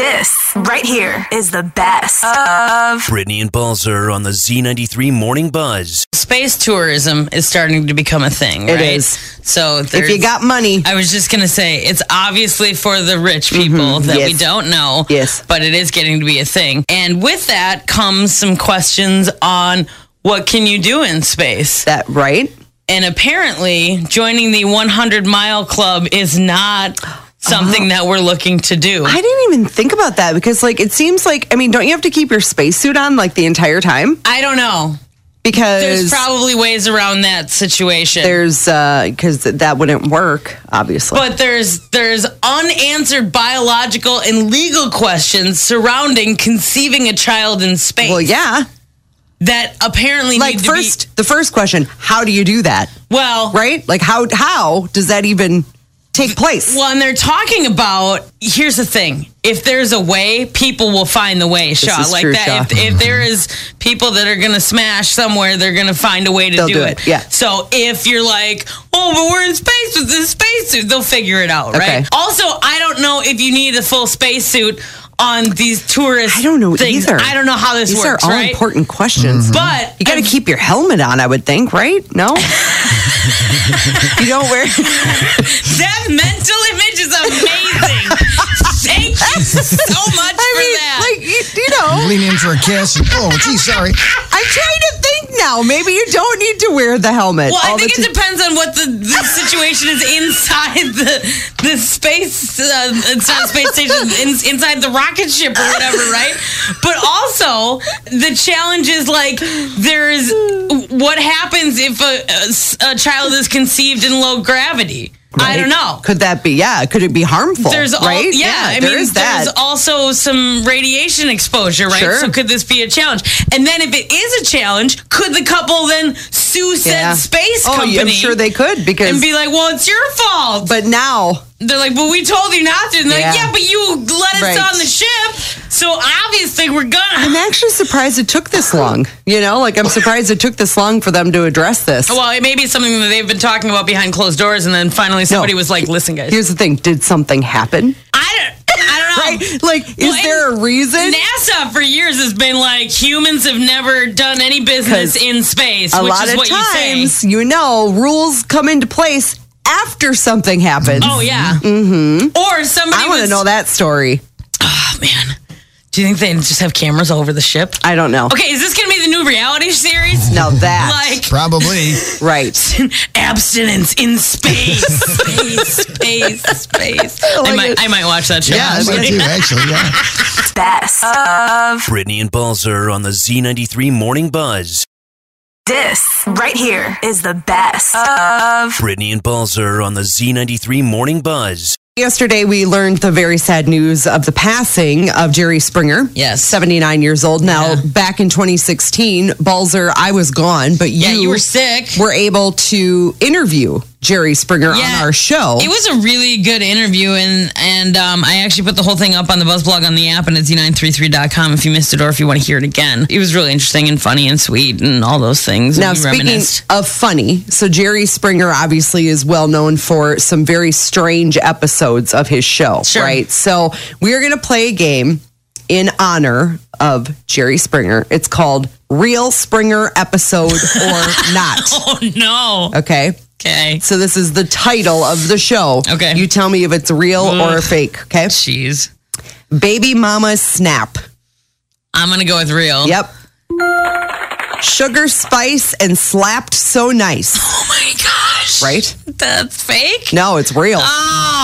This right here is the best of Brittany and Balzer on the Z93 Morning Buzz. Space tourism is starting to become a thing. It right? is. So If you there's- got money, I was just gonna say it's obviously for the rich people that we Mm-hmm. Yes. don't know. Yes. But it is getting to be a thing. And with that comes some questions on what can you do in space? that right? And apparently joining the one hundred mile club is not something that we're looking to do. Uh-huh. I didn't even think about that because, like, it seems like I mean, don't you have to keep your spacesuit on like the entire time? I don't know. There's Because probably ways around that situation. there's because that wouldn't work, obviously. but there's there's unanswered biological and legal questions surrounding conceiving a child in space well, yeah. that apparently Like need to be- first, the first question: How do you do that? well Right? Like how how does that even take place? well and they're talking about here's the thing if there's a way people will find the way shaw is like true, that Shaw. If, if there is people that are gonna smash somewhere they're gonna find a way to They'll do, do it. it, yeah. so if you're like oh but we're in space with this spacesuit they'll figure it out Okay. right also i don't know if you need a full spacesuit on these tourists I don't know things. either. i don't know how this These works are all right important questions. but You got to keep your helmet on, I would think, right? No, you don't wear. that mental image is amazing thank you so much for that like you, you know, lean in for a kiss. And, oh, gee, sorry. I'm trying to think now. Maybe you don't need to wear the helmet. Well, I all the think it ti- depends on what the, the situation is inside the the space uh, inside space station, in, inside the rocket ship or whatever, right? But also the challenge is like there's what happens if a- a, s- a child is conceived in low gravity. I don't know. Could that be? Yeah. Could it be harmful? There's all, right. yeah, I there mean, is that. there's also some radiation exposure, right? Sure. So could this be a challenge? And then if it is a challenge, could the couple then sue said Yeah. space oh, company? yeah, I'm sure they could because. and be like, "Well, it's your fault." but now, They're like, "Well, we told you not to." And they're like, Yeah. "Yeah, but you let us Right. on the ship, so obviously we're gonna." I'm actually surprised it took this long. You know, like I'm surprised it took this long for them to address this. Well, it may be something that they've been talking about behind closed doors, and then finally somebody was like, "Listen, guys, Here's the thing: Did something happen? I don't, I don't know." Right? Like, is Oh. and there a reason? NASA for years has been like humans have never done any business 'Cause in space, a which lot is of what you say. times, you know, rules come into place after something happens. Oh yeah. Mm-hmm. Or somebody I want to was- know that story. Oh, man, do you think they just have cameras all over the ship? I don't know. Okay, is this gonna be the new reality series? Now that Like Probably. right. abstinence in space, space, space, space. I, like might, it. I might watch that show. Yeah, I actually. might too, actually. Yeah. best of Brittany and Balzer on the Z93 Morning Buzz. this right here is the best of Brittany and Balzer on the Z93 Morning Buzz. Yesterday, we learned the very sad news of the passing of Jerry Springer. Yes. 79 years old. Now, back in 2016, Balzer, I was gone, but Yeah, you, you were sick. were able to interview Jerry Springer Yeah. on our show. It was a really good interview, and and um, I actually put the whole thing up on the Buzz blog on the app and it's e z933.com if you missed it or if you want to hear it again. It was really interesting and funny and sweet and all those things. Now, and we speaking reminisced. of funny, so Jerry Springer obviously is well known for some very strange episodes of his show, Sure. right? So, we're going to play a game in honor of Jerry Springer. It's called Real Springer Episode or Not. Oh no. Okay. Okay. So, this is the title of the show. Okay. Mm. You tell me if it's real or fake. Okay. Jeez. Baby Mama Snap. I'm gonna go with real. Yep. Sugar Spice and Slapped So Nice, Oh my gosh. right? That's fake. No, it's real.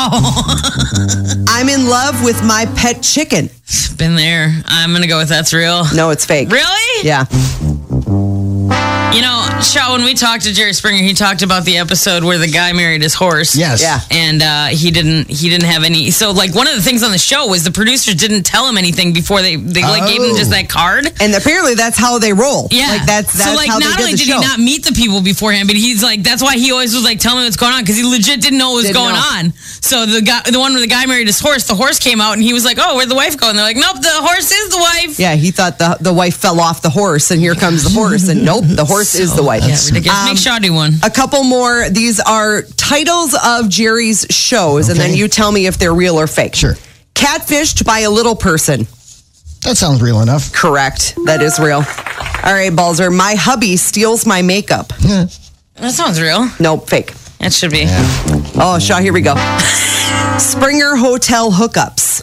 Oh. I'm in love with my pet chicken. Been there. I'm gonna go with that's real. No, it's fake. Really? Yeah. You know, Shaw, when we talked to Jerry Springer, he talked about the episode where the guy married his horse. Yes. Yeah. And uh, he didn't. He didn't have any. So, like, one of the things on the show was the producers didn't tell him anything before they they like gave him Oh. just that card. And apparently that's how they roll. Yeah. Like that's that's so like how not they only did the did show. he not meet the people beforehand, but he's like that's why he always was like tell me what's going on because he legit didn't know what was Didn't going on. know. So the guy, the one where the guy married his horse, the horse came out and he was like, oh, where'd the wife go? And they're like, nope, the horse is the wife. yeah, he thought the the wife fell off the horse and here comes the horse and nope, the horse is the wife. Yeah, ridiculous. Um, Make Shaw do one. a couple more. These are titles of Jerry's shows and then Okay. you tell me if they're real or fake. Sure. catfished by a little person. That sounds real enough. Correct. That is real. All right, Balzer. My hubby steals my makeup. Yeah. uh, That sounds real. Nope, fake. That should be. Oh, Shaw, here we go. Springer Hotel hookups.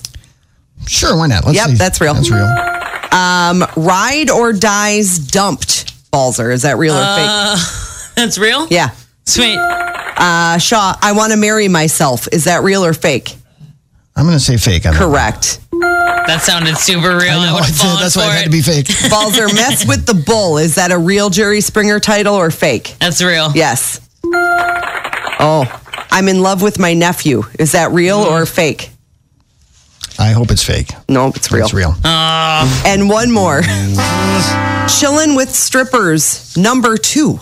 Sure, why not? Let's Yep, see. that's real. That's real. Ride or dies dumped. Balzer. Is that real or That's real? fake? Yeah. Sweet. Uh, Shaw, I want to marry myself. Is that real or fake? I'm going to say fake. on that. Correct. That sounded super real. I, I know, would have that's it. fallen That's for why it it. had to be fake. Balzer, mess with the bull. Is that a real Jerry Springer title or fake? That's real. Yes. Oh, I'm in love with my nephew. Is that real or fake? I hope it's fake. No, it's real. It's real. Uh-huh. And one more. Chillin' with strippers, number two.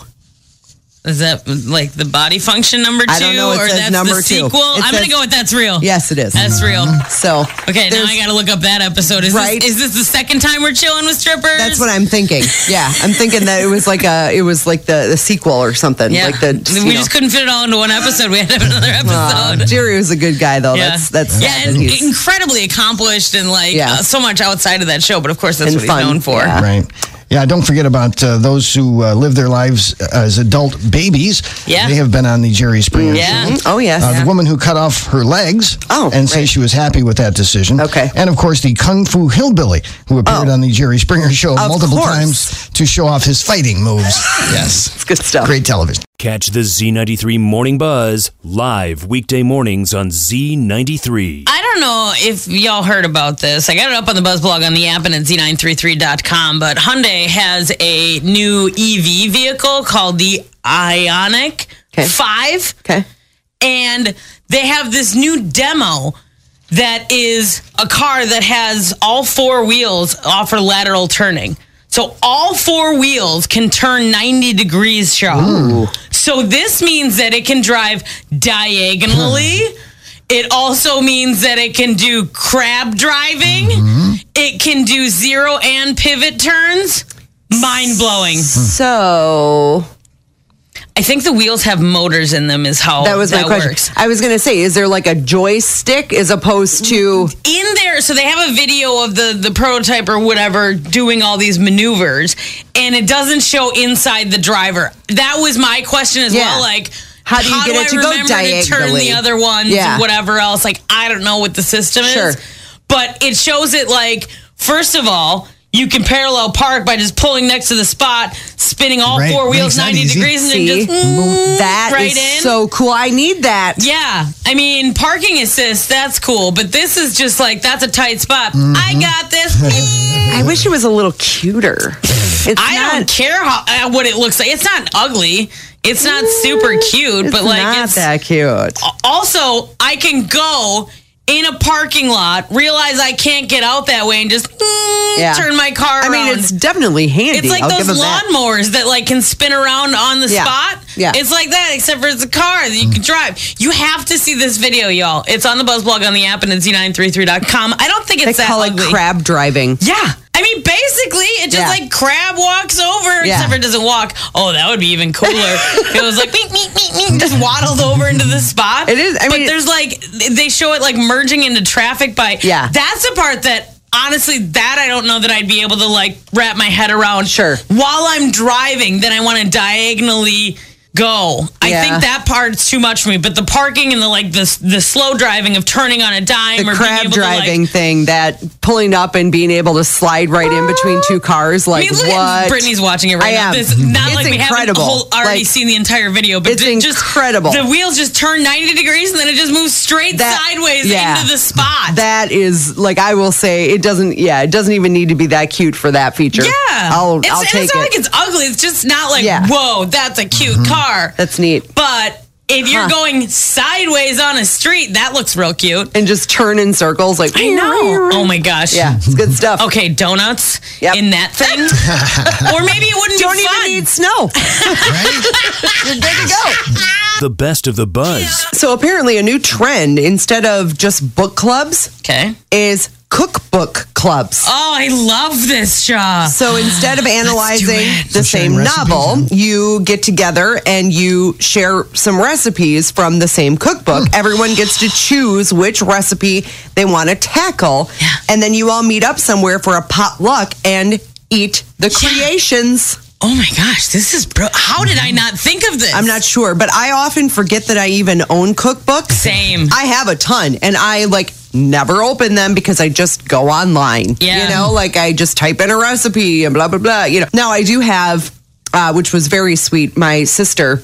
Is that like the body function number two, I don't know. It or says that's number the two. sequel? It I'm says- gonna go with that's real. Yes, it is. that's real. So Okay, now there's- I gotta look up that episode. Is Right. this, is this the second time we're chilling with strippers? that's what I'm thinking. Yeah, I'm thinking that it was like a, it was like the, the sequel or something. Yeah, Like the, we you know. just couldn't fit it all into one episode. We had to have another Uh, episode. Jerry was a good guy though. yeah, That's that's yeah, and he's- incredibly accomplished and like Yeah. uh, so much outside of that show. But of course, that's And what fun, he's known for. yeah. Right. Yeah, don't forget about uh, those who uh, live their lives as adult babies. Yeah. They have been on the Jerry Springer Yeah. Mm-hmm. show. oh yes. Uh, The woman who cut off her legs Oh, and say she was happy with that decision. Okay. And of course, the Kung Fu Hillbilly who appeared Oh. on the Jerry Springer show multiple course. times to show off his fighting moves. yes. it's good stuff. Great television. Catch the Z93 Morning Buzz live weekday mornings on Z93. I don't know if y'all heard about this. I got it up on the Buzz blog on the app and at z933.com, but Hyundai has a new EV vehicle called the Ionic 5 Okay. and they have this new demo that is a car that has all four wheels offer lateral turning. So all four wheels can turn 90 degrees sharp. So this means that it can drive diagonally. It also means that it can do crab driving. It can do zero and pivot turns. Mind blowing. Hmm. So I think the wheels have motors in them, is how that was my question. Oh, works. I was gonna say, is there like a joystick as opposed to in there so they have a video of the the prototype or whatever doing all these maneuvers and it doesn't show inside the driver that was my question as Yeah. well like How do you get I it to go remember to turn diagonally? the other ones Yeah. whatever else like i don't know what the system Sure. is but it shows it like first of all you can parallel park by just pulling next to the spot spinning all Right. four Makes wheels that 90 easy. degrees and See? then just Mm-hmm. mm, that? Is right in so cool. I need that. yeah. I mean, parking assist, that's cool. But this is just like, that's a tight spot. Mm-hmm. I got this. I wish it was a little cuter. It's I not, don't care how, uh, what it looks like. It's not ugly. It's not super cute, it's but like, not it's that cute. also, I can go in a parking lot, realize I can't get out that way, and just mm, Yeah. turn my car I mean, around. it's definitely handy. It's like I'll those give 'em that. lawnmowers that. like can spin around on the Yeah. spot. Yeah. It's like that, except for it's a car that you can drive. You have to see this video, y'all. It's on the Buzz blog on the app and at z933.com. I don't think They it's that call ugly. it crab driving. Yeah. I mean, basically, it just Yeah. like crab walks over, Yeah. except for it doesn't walk. Oh, that would be even cooler. if it was like meet, meet, meet, meet, just waddled over into the spot. It is- I but mean- there's like they show it like merging into traffic by. Yeah. that's the part that. Honestly, that I don't know that I'd be able to like wrap my head around. Sure. While I'm driving, then I want to diagonally go. I Yeah. think that part's too much for me. But the parking and the like the the slow driving of turning on a dime The or being crab able driving to like thing, that pulling up and being able to slide right in between two cars, I like mean, look what? at Brittany's watching it right I now. am. This not It's like we haven't incredible. whole, already Like, seen the entire video, but it's ju- incredible. Just, the wheels just turn ninety degrees and then it just moves straight That- sideways yeah. into the spot. that is like I will say it doesn't. Yeah, it doesn't even need to be that cute for that feature. yeah, I'll it's, I'll and take it's it. not like it's ugly. It's just not like Yeah. whoa, that's a cute car. That's neat. but if you're Huh. going sideways on a street, that looks real cute. And just turn in circles, like I know. Oh my gosh. Yeah, it's good stuff. Okay, donuts Yep. in that thing, or maybe it wouldn't Don't be even fun. need snow. You're good to go. The best of the buzz. So apparently, a new trend instead of just book clubs okay. is cookbook clubs. Oh, I love this job. So instead of analyzing the sharing same recipes, novel, you get together and you share some recipes from the same Hmm. cookbook. Everyone gets to choose which recipe they want to tackle. And then you all meet up somewhere for a potluck and eat the creations. Oh my gosh, this is bro. How did I not think of this? I'm not sure, but I often forget that I even own cookbooks. Same. I have a ton and I like never open them because I just go online. Yeah. You know, like I just type in a recipe and blah, blah, blah. You know, now I do have, uh, which was very sweet, my sister,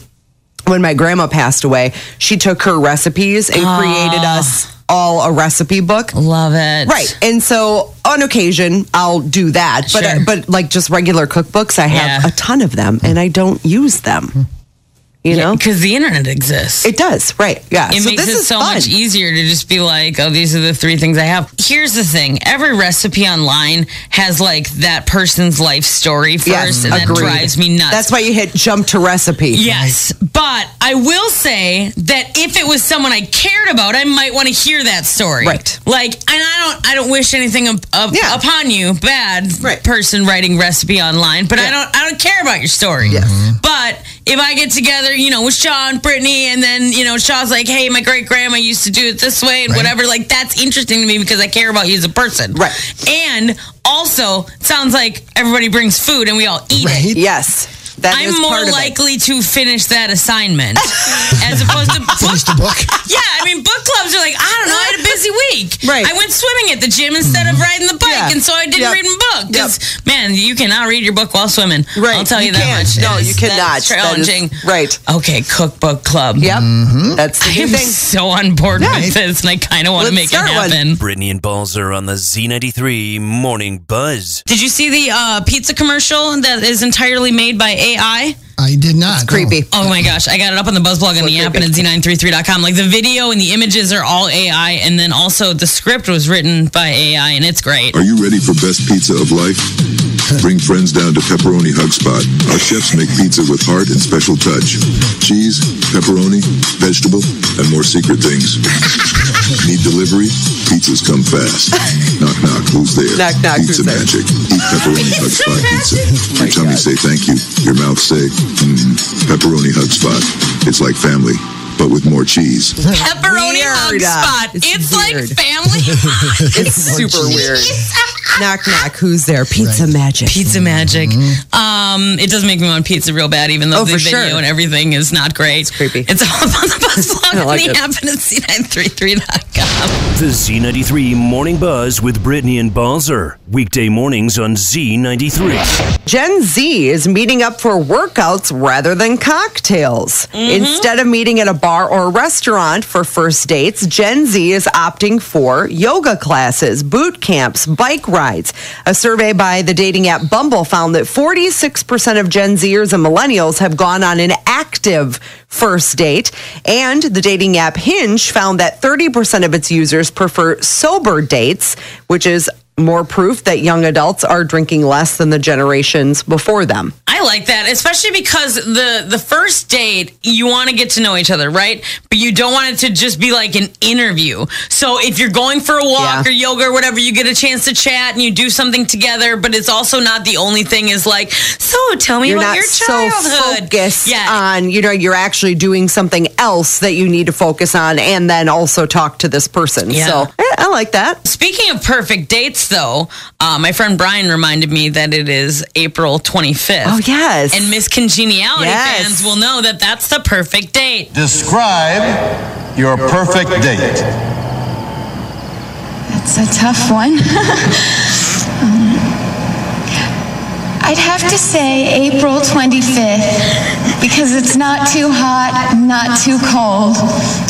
when my grandma passed away, she took her recipes and created us Ah. all a recipe book. Love it. Right. And so on occasion I'll do that. But Sure. but like just regular cookbooks, I have Yeah. a ton of them and I don't use them. You know? Because the internet exists. It does, right. Yeah. It so makes this it is so fun. much easier to just be like, oh, these are the three things I have. Here's the thing every recipe online has like that person's life story first, Yes, and that agreed. drives me nuts. That's why you hit jump to recipe. Yes, but I will say that if it was someone I cared about, I might want to hear that story. Right. Like, and I don't, I don't wish anything up, up, Yeah. upon you, bad Right. person writing recipe online. But I don't, I don't care about your story. Yes. But if I get together, you know, with Shaw and Brittany, and then you know, Shaw's like, "Hey, my great grandma used to do it this way," and whatever. Like, that's interesting to me because I care about you as a person. Right. And also, sounds like everybody brings food and we all eat it. Right? Yes. that is I'm more part of it. likely to finish that assignment as opposed to book. Finish the book. Yeah, I mean, book clubs are like, I don't know, I had a busy week. Right. Mm-hmm. I went swimming at the gym instead of riding the bike, Yeah. and so I didn't Yep. read a book. 'Cause, man, you cannot read your book while swimming. Right. I'll tell you, You that can't. much. No, It you is- cannot. That's That is- challenging. right. Okay, cookbook club. Yep. That's the I new am thing. so on board with this, and I kind of want to make Let's it start one. happen. Brittany and Balzer on the Z93 Morning Buzz. Did you see the uh, pizza commercial that is entirely made by AI? I did not. It's Creepy. Oh my gosh, I got it up on the buzz blog on the app and at z933.com. Like the video and the images are all AI, and then also the script was written by AI, and it's great. Are you ready for best pizza of life? Bring friends down to Pepperoni Hug Spot. Our chefs make pizza with heart and special touch. Cheese, pepperoni, vegetable, and more secret things. Need delivery? Pizzas come fast. Knock knock, who's there? Knock, knock, pizza who's there? magic. Eat Pepperoni Hug Spot pizza. Your tummy say thank you. Your mouth say, mmm, Pepperoni Hug Spot. It's like family, but with more cheese. Pepperoni hug Weird. spot. It's, It's like weird. family. It's super weird. knock knock. Who's there? Pizza magic. pizza magic. Um, it does make me want pizza real bad, even though Mm-hmm. Oh, the for video sure. and everything is not great. It's creepy. It's all up on the buzz blog I on like the it. app and at z933.com. The Z93 Morning Buzz with Brittany and Balzer. Weekday mornings on Z93. Gen Z is meeting up for workouts rather than cocktails. Instead of meeting at a bar or restaurant for first dates, Gen Z is opting for yoga classes, boot camps, bike rides. A survey by the dating app Bumble found that 46% of Gen Zers and millennials have gone on an active first date. And the dating app Hinge found that 30% of its users prefer sober dates, which is more proof that young adults are drinking less than the generations before them. I like that, especially because the the first date you want to get to know each other, right? But you don't want it to just be like an interview. So if you're going for a walk or Yeah. yoga or whatever, you get a chance to chat and you do something together. But it's also not the only thing. Is like, so tell me You're about not your so childhood. focused yeah, on, you know, you're actually doing something else that you need to focus on and then also talk to this person. Yeah. So eh, I like that. Speaking of perfect dates, though, uh, my friend Brian reminded me that it is April 25th. Oh, yes. And Miss Congeniality Yes. fans will know that that's the perfect date. Describe your perfect date. It's a tough one. Um, I'd have to say April 25th because it's not too hot, not too cold.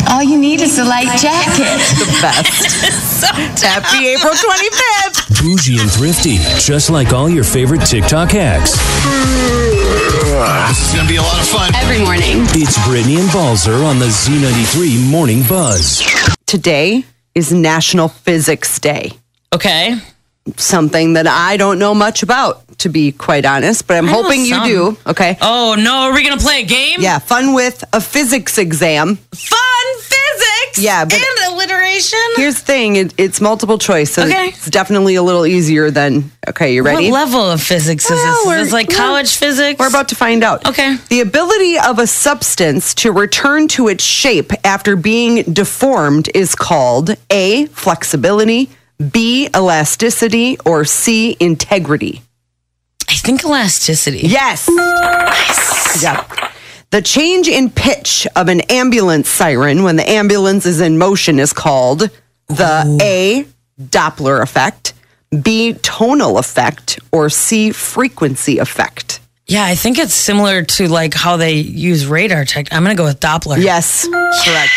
All you need is a light jacket. the best. Happy April 25th. Bougie and thrifty, just like all your favorite TikTok hacks. This is going to be a lot of fun. Every morning. It's Brittany and Balzer on the Z93 Morning Buzz. Today is National Physics Day. Okay. Something that I don't know much about, to be quite honest, but I'm I know hoping you some. do. Okay. Oh, no. Are we going to play a game? Yeah, fun with a physics exam. Fun physics Yeah, but- and alliteration? Here's the thing it, it's multiple choice, so Okay. it's definitely a little easier than. Okay, you ready? What level of physics is Well, this? we're- Is this like we're- college physics? We're about to find out. Okay. The ability of a substance to return to its shape after being deformed is called A, flexibility, B, elasticity, or C, integrity. I think elasticity. Yes. Yeah. The change in pitch of an ambulance siren when the ambulance is in motion is called the A, Doppler effect, B, tonal effect, or C, frequency effect. Yeah, I think it's similar to like how they use radar tech. I'm gonna go with Doppler. Yes,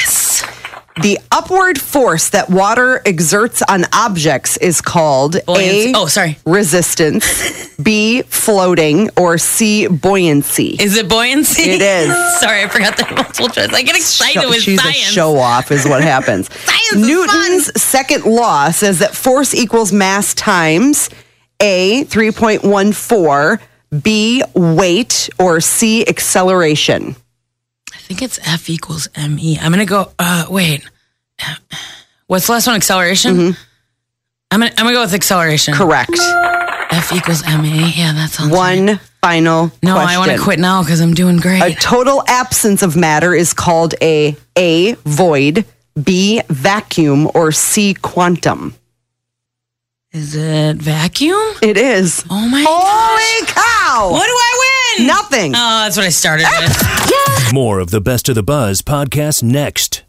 correct. The upward force that water exerts on objects is called Buoyancy. A. Oh, sorry. Resistance, B. Floating, or C. Buoyancy. Is it buoyancy? It is. sorry, I forgot that multiple choice. I get excited Show- with she's science. a show off, is what happens. Science is Newton's second law says that force equals mass times A. Three point one four. B weight or C acceleration. I think it's F equals M E. I'm gonna go. Uh, wait. What's the last one? Acceleration. I'm gonna I'm gonna go with acceleration. Mm-hmm. Correct. F equals M E. Yeah, that's all. One final No, question. I want to quit now because I'm doing great. A total absence of matter is called a A void, B vacuum, or C quantum. is it vacuum? It is. Oh my. Holy cow! What do I win? Nothing. Oh, that's what I started with. More of the Best of the Buzz podcast next.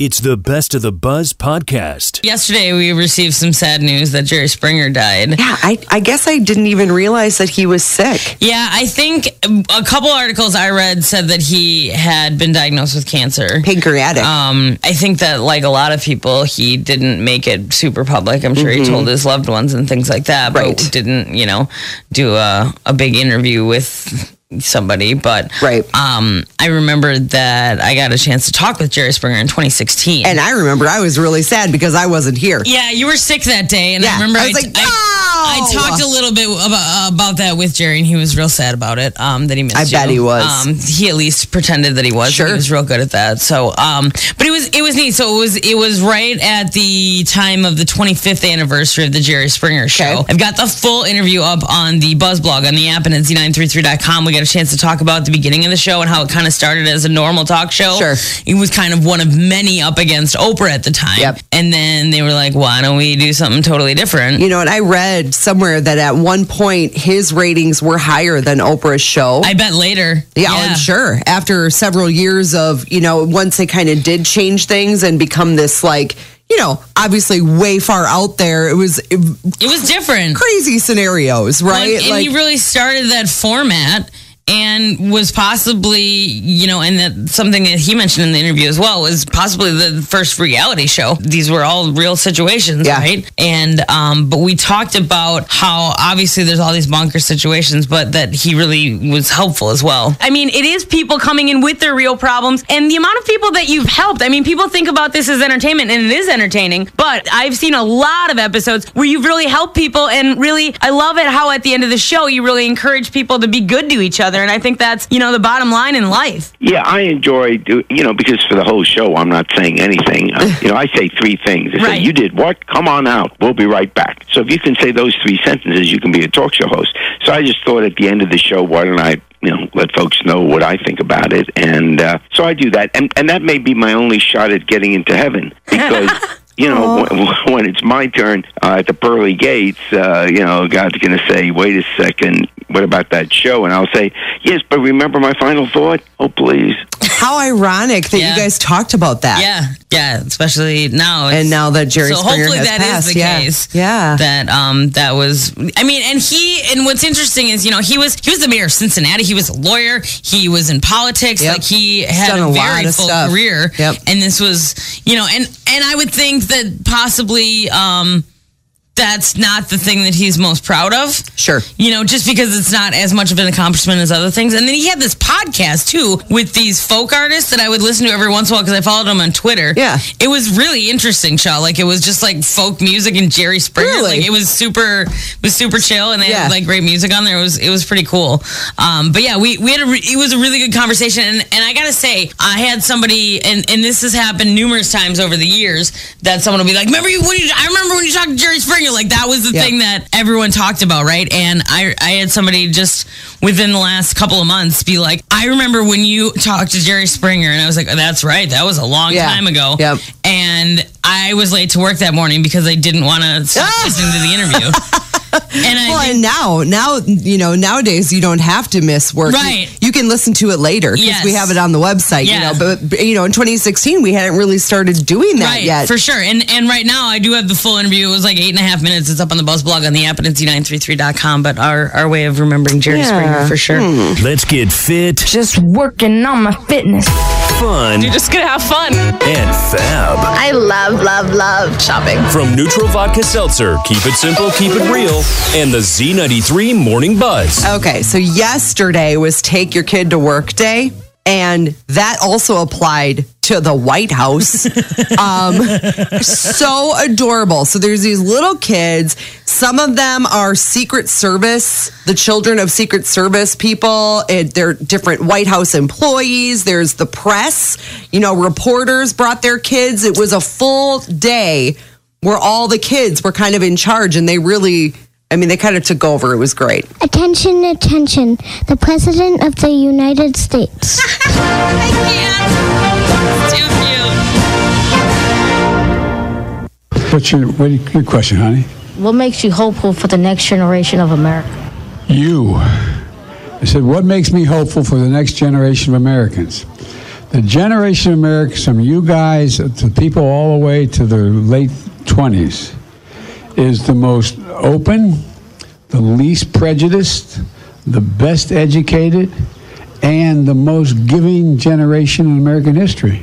It's the Best of the Buzz podcast. Yesterday, we received some sad news that Jerry Springer died. Yeah, I, I guess I didn't even realize that he was sick. Yeah, I think a couple articles I read said that he had been diagnosed with cancer. Pancreatic. Um, I think that like a lot of people, he didn't make it super public. I'm sure he told his loved ones and things like that, Mm-hmm. Right. but didn't you know do a a big interview with somebody. But Right. um, I remember that I got a chance to talk with Jerry Springer in 2016. and I remember I was really sad because I wasn't here. yeah, you were sick that day, and Yeah, I remember I was I- like, I- "No!" I talked a little bit about, about that with Jerry, and he was real sad about it. Um, that he missed. I you. bet he was. Um, he at least pretended that he was. Sure. He was real good at that. So, um, but it was it was neat. So it was it was right at the time of the 25th anniversary of the Jerry Springer show. Okay. I've got the full interview up on the Buzz blog on the app and at z933.com. We got a chance to talk about the beginning of the show and how it kind of started as a normal talk show. Sure. It was kind of one of many up against Oprah at the time. Yep. And then they were like, why don't we do something totally different? You know, and I read somewhere that at one point his ratings were higher than Oprah's show. I bet later. Yeah, I'm sure. After several years of, you know, once they kind of did change things and become this, like, you know, obviously way far out there, it was eh, It was different. crazy scenarios, right? And, and like, he really started that format and was possibly, you know, and that something that he mentioned in the interview as well was possibly the first reality show. These were all real situations, Yeah. right? And um but we talked about how obviously there's all these bonkers situations, but that he really was helpful as well. I mean, it is people coming in with their real problems and the amount of people that you've helped. I mean, people think about this as entertainment and it is entertaining, but I've seen a lot of episodes where you've really helped people and really I love it how at the end of the show you really encourage people to be good to each other and I think that's, you know, the bottom line in life. Yeah, I enjoy do you know because for the whole show I'm not saying anything. Uh, you know, I say three things. I say Right. you did what? Come on out. We'll be right back. So if you can say those three sentences, you can be a talk show host. So I just thought at the end of the show, why don't I you know let folks know what I think about it? And uh, so I do that, and and that may be my only shot at getting into heaven because. You know, when, when it's my turn uh, at the pearly gates, uh, you know, God's going to say, wait a second, what about that show? And I'll say, yes, but remember my final thought? Oh, please. how ironic that Yeah. you guys talked about that. Yeah, yeah, especially now. it's- And now that Jerry so Springer hopefully has that is passed, the yeah. case. Yeah. that um that was. I mean, and he and what's interesting is you know he was he was the mayor of Cincinnati. He was a lawyer. He was in politics. Yep. Like he He's had done a, a lot very of full stuff. career. Yep. and this was you know and and I would think that possibly um. that's not the thing that he's most proud of. Sure. You know, just because it's not as much of an accomplishment as other things. And then he had this podcast too with these folk artists that I would listen to every once in a while because I followed him on Twitter. Yeah. It was really interesting, Shaw. Like it was just like folk music and Jerry Springer. Really? Like it was super it was super chill and they had Yeah. like great music on there. It was it was pretty cool. Um, but yeah, we, we had a re- it was a really good conversation and, and I gotta say, I had somebody and, and this has happened numerous times over the years that someone will be like, Remember you when you I remember when you talked to Jerry Springer, like that was the Yeah. thing that everyone talked about, right? And I I had somebody just within the last couple of months be like, I remember when you talked to Jerry Springer and I was like, oh, that's right, that was a long Yeah. time ago. Yep. And I was late to work that morning because I didn't want to stop listening to the interview. And I Ah! Well, think- and now, now you know, nowadays you don't have to miss work. Right. You, you can listen to it later because Yes. we have it on the website. Yeah. You know, but- but you know, in 2016 we hadn't really started doing that right, yet. For sure. And and right now I do have the full interview. It was like eight and a half minutes. It's up on the buzz blog on the app at NC933.com, but our, our way of remembering Jerry Springer for sure. Hmm. Let's get fit, Just working on my fitness. fun, Just gonna have fun. and fab. I love, love, love shopping. From Neutral Vodka Seltzer, keep it simple, keep it real, and the Z93 Morning Buzz. Okay, so yesterday was take your kid to work day, and that also applied to the White House. um, so adorable. So there's these little kids. Some of them are Secret Service, the children of Secret Service people. It, they're different White House employees. There's the press. You know, reporters brought their kids. It was a full day where all the kids were kind of in charge, and they really. I mean, they kind of took over. It was great. Attention, attention. The President of the United States. I can't. It's too cute. What's your, what, your question, honey? What makes you hopeful for the next generation of America? You. I said, what makes me hopeful for the next generation of Americans? The generation of Americans, from you guys to people all the way to the late 20s, is the most open, the least prejudiced, the best educated, and the most giving generation in American history.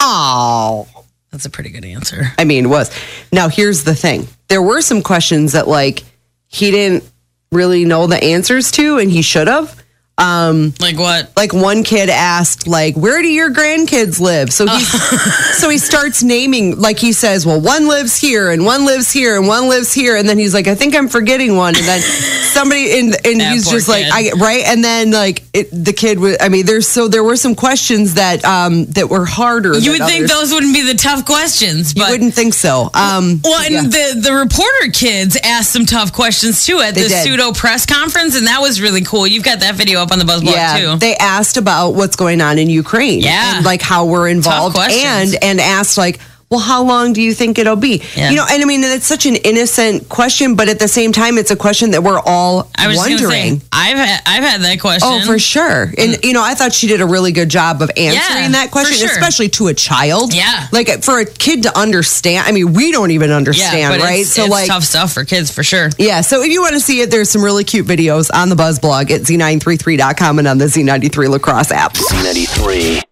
Oh, That's a pretty good answer. I mean, was. Now, here's the thing there were some questions that, like, he didn't really know the answers to, and he should have. Um, Like what? like one kid asked, like, where do your grandkids live? So he so he starts naming, like he says, well, one lives here and one lives here and one lives here, and then he's like, I think I'm forgetting one, and then somebody and and That he's poor just like, I kid. right, and then like it, the kid was, I mean, there's so there were some questions that um that were harder. You than would think others. those wouldn't be the tough questions, You but wouldn't think so. Um, Well, and yeah. the, the reporter kids asked some tough questions too at They the did. pseudo press conference, and that was really cool. You've got that video up on the Buzz blog yeah, too. they asked about what's going on in Ukraine. Yeah. and like how we're involved, questions. and and asked like, well, how long do you think it'll be? Yeah. You know, and I mean, it's such an innocent question, but at the same time, it's a question that we're all I was just gonna wondering. say, I've had, I've had that question. Oh, for sure. And, you know, I thought she did a really good job of answering Mm. Yeah, that for question, sure. especially to a child. Yeah. Like for a kid to understand. I mean, we don't even understand, but right? It's, it's tough stuff for kids for sure. Yeah, so if you want to see it, there's some really cute videos on the Buzz blog at z933.com and on the Z93 Lacrosse app.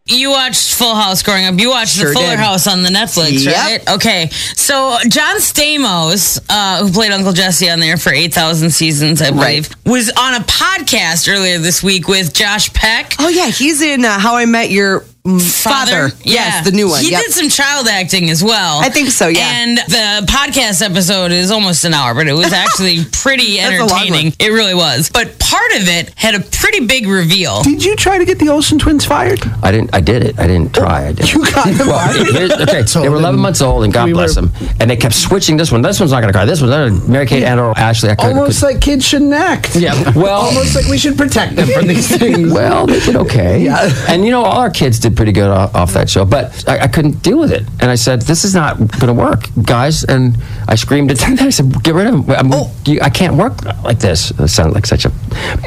You watched Full House growing up. You watched Sure The Fuller did. House on the Netflix, Yep. right? Okay. So John Stamos, uh, who played Uncle Jesse on there for eight thousand seasons, I Right. believe, was on a podcast earlier this week with Josh Peck. Oh yeah, he's in uh, How I Met Your mm, Father. Yeah. Yes, the new one. He yep. did some child acting as well. I think so, yeah. And the podcast episode is almost an hour, but it was actually pretty That's a long entertaining. It really was. But part of it had a pretty big reveal. Did you try to get the Olsen twins fired? I didn't. I did it. I didn't try. I did. You got them fired. Here's, okay, they were 11 months old, and God We bless were- them. And they kept switching this one. This one's not going to cry. This one's not gonna- Mary Kate and or Ashley. I couldn't. Almost could- like kids shouldn't act. yeah. Well. Almost like we should protect them from these things. Well, they did okay. And you know, all our kids did pretty good off, off that show, but I, I couldn't deal with it. And I said, "This is not going to work, guys." And I screamed at them. I said, "Get rid of them! I'm, Oh. you, I can't work like this." It sounded like such a.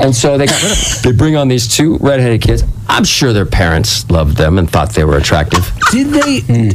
And so they got rid of 'em. They bring on these two redheaded kids. I'm sure their parents loved them and thought they were attractive. Did they?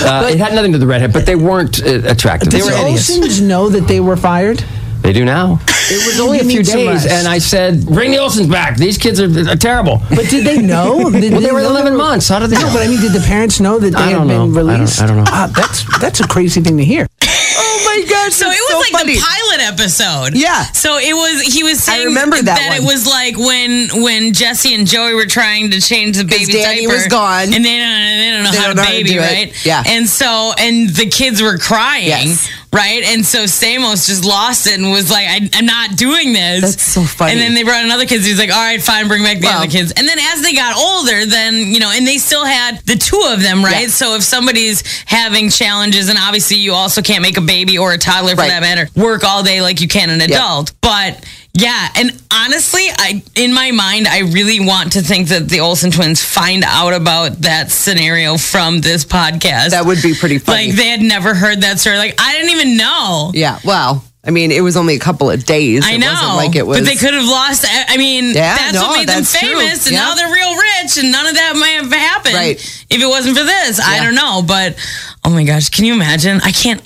Uh, it had nothing to do with the redhead, but they weren't uh, attractive. They Did were the idiots. Olsons know that they were fired? They do now. It was only a few needs to days, rest. and I said, "Bring the Olsons back. These kids are, are terrible." But did they know? Did Well, they were know 11 were- months. How did they No, know? but I mean, did the parents know that they I had don't been know. I don't- released? I don't know. Ah, that's that's a crazy thing to hear. Oh my gosh, So it that's was so like funny. the pilot episode. Yeah. So it was. He was I saying remember that it one. was like when when Jesse and Joey were trying to change the baby Danny diaper. was gone. and they don't they don't know They how to don't know how to baby do it. right. Yeah. And so and the kids were crying. Yes. Right. And so Samos just lost it and was like, I, I'm not doing this. That's so funny. And then they brought another kid. He's like, all right, fine, bring back the Wow. other kids. And then as they got older, then, you know, and they still had the two of them, right? Yeah. So if somebody's having challenges, and obviously you also can't make a baby or a toddler for Right. that matter work all day like you can an adult, but. Yeah, and honestly, I in my mind, I really want to think that the Olsen twins find out about that scenario from this podcast. That would be pretty funny. like they had never heard that story. Like I didn't even know. yeah. Well, I mean, it was only a couple of days. I it know, wasn't like it was. but they could have lost. e, I I mean, Yeah, that's no, what made that's them true. famous, and Yeah. now they're real rich, and none of that may have happened Right. if it wasn't for this. I don't know, but oh my gosh, can you imagine? I can't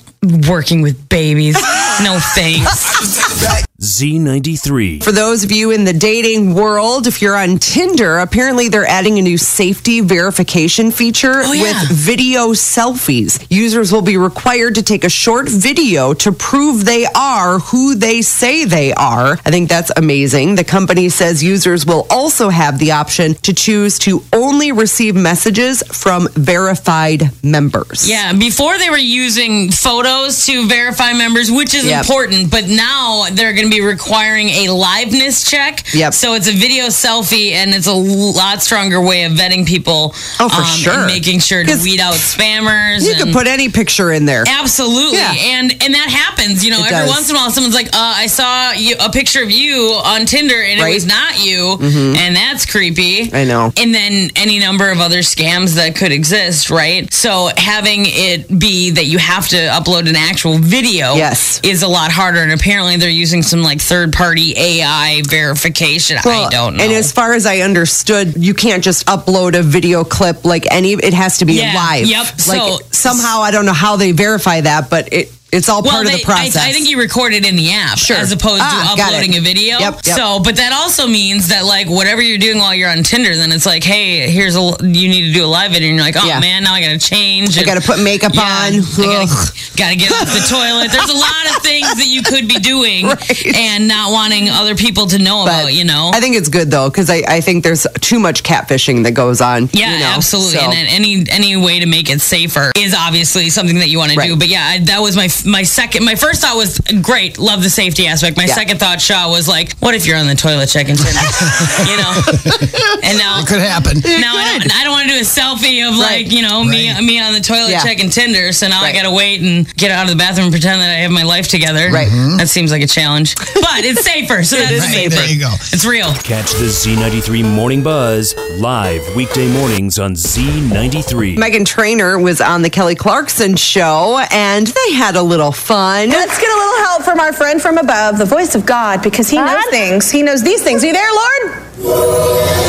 working with babies. no thanks. Z93. For those of you in the dating world, if you're on Tinder, apparently they're adding a new safety verification feature Oh, yeah. with video selfies. Users will be required to take a short video to prove they are who they say they are. I think that's amazing. The company says users will also have the option to choose to only receive messages from verified members. Yeah, before they were using photos to verify members, which is Yep. important, but now they're going to be requiring a liveness check. Yep. So it's a video selfie, and it's a lot stronger way of vetting people. um, Oh, for and sure. making sure to 'Cause weed out spammers. You and- could put any picture in there. Absolutely, Yeah. and and that happens. You know, It every does. once in a while, someone's like, uh, "I saw you, a picture of you on Tinder, and it Right. Mm-hmm. was not you," and that's creepy. I know. And then any number of other scams that could exist, right? So having it be that you have to upload an actual video, Yes. is a lot harder. And apparently, they're using some like third party AI verification. I Well, don't know. And as far as I understood, you can't just upload a video clip like any. It has to be Yeah, live. yep, Like so- somehow I don't know how they verify that, but it it's all part of they- the process. I, I think you record it in the app Sure. as opposed Ah, to got it. uploading a video. Yep, yep. So, but that also means that like whatever you're doing while you're on Tinder, then it's like, hey, here's a l- you need to do a live video, and you're like, oh Yeah. man, now I gotta change. I and- gotta put makeup Yeah, on. I Ugh. gotta, gotta get off the toilet. There's a lot of things that you could be doing Right. and not wanting other people to know But about. You know, I think it's good though because I, I think there's too much catfishing that goes on. Yeah, you know, absolutely. so- And then any any way to make it safer is obviously something that you want to do. Right. But yeah, I, that was my my second. My first thought was great, love the safety aspect. My Yeah. second thought, Shaw, was like, what if you're on the toilet checking Tinder? you know, and now. Could happen. Now I don't, I don't want to do a selfie of Right. like you know Right. me me on the toilet Yeah. checking Tinder, so now Right. I gotta wait and get out of the bathroom and pretend that I have my life together. Right. Mm-hmm. that seems like a challenge, but it's safer, so that's Right, safer. there you go. It's real. Catch the Z93 Morning Buzz live weekday mornings on Z93. Megan Trainer was on the Kelly Clarkson show, and they had a little fun. Let's get a little help from our friend from above, the voice of God, because he knows things. He knows these things. Are you there, Lord?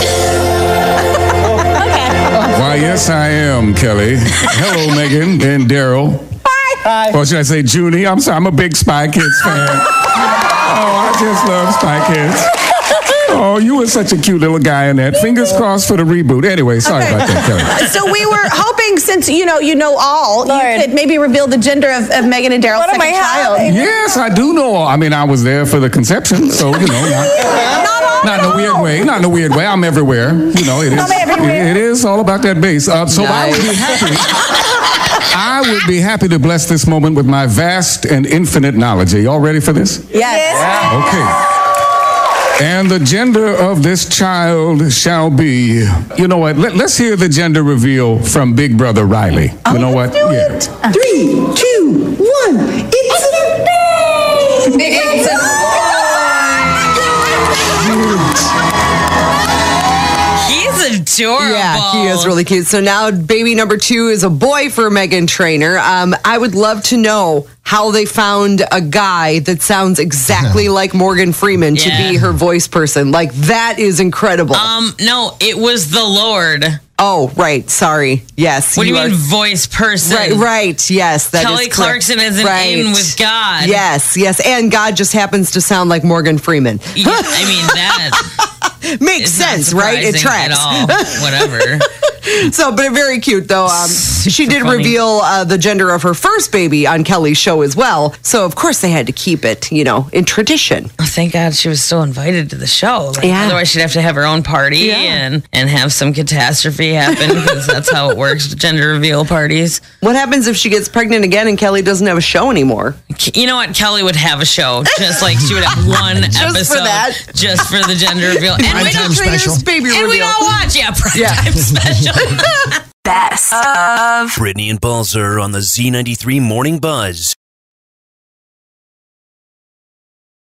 Why, yes, I am, Kelly. Hello, Megan and Daryl. Hi. Or should I say Judy? I'm sorry, I'm a big Spy Kids fan. oh, I just love Spy Kids. Oh, you were such a cute little guy in that. Fingers crossed for the reboot. Anyway, sorry Okay. about that, Kelly. So we were hoping, since you know you know all, you could maybe reveal the gender of, of Megan and Daryl's second child. Yes, I do know. I mean, I was there for the conception, so you know, Not all. not, not in a weird way. Not in a weird way. I'm everywhere. You know, it is. I'm everywhere. It, it is all about that bass. Uh, so I would be Nice. happy. I would be happy to bless this moment with my vast and infinite knowledge. Are y'all ready for this? Yes. Okay. And the gender of this child shall be. You know what? Let, us hear the gender reveal from Big Brother Riley. you Oh, know what? yeah. Three, two, one. It's a baby. It's a He's adorable. Yeah, he is really cute. So now baby number two is a boy for Megan Trainer. Um, I would love to know how they found a guy that sounds exactly like Morgan Freeman to be Yeah. her voice person. Like that is incredible. Um, no, it was the Lord. What oh, right. Sorry. Yes. do you, mean are- voice person? Right, right. Yes, that is Kelly correct. Clarkson is an Right. in with God. Yes, yes, and God just happens to sound like Morgan Freeman. Yeah, I mean that Makes is not sense, right? It surprising At tracks. all. Whatever. So, but very cute though. Um, she did reveal uh, the gender of her first baby on Kelly's show as well. So of course they had to keep it, you know, in tradition. Thank God she was still invited to the show. Like, Yeah. Otherwise, she'd have to have her own party Yeah. and, and have some catastrophe happen because that's how it works with gender reveal parties. What happens if she gets pregnant again and Kelly doesn't have a show anymore? K- You know what? Kelly would have a show just like she would have one Just for episode that. just for the gender reveal. And Primetime we don't special. Baby and we reveal. all watch. Yeah, prime time special. Best of. Brittany and Balzer on the Z93 Morning Buzz.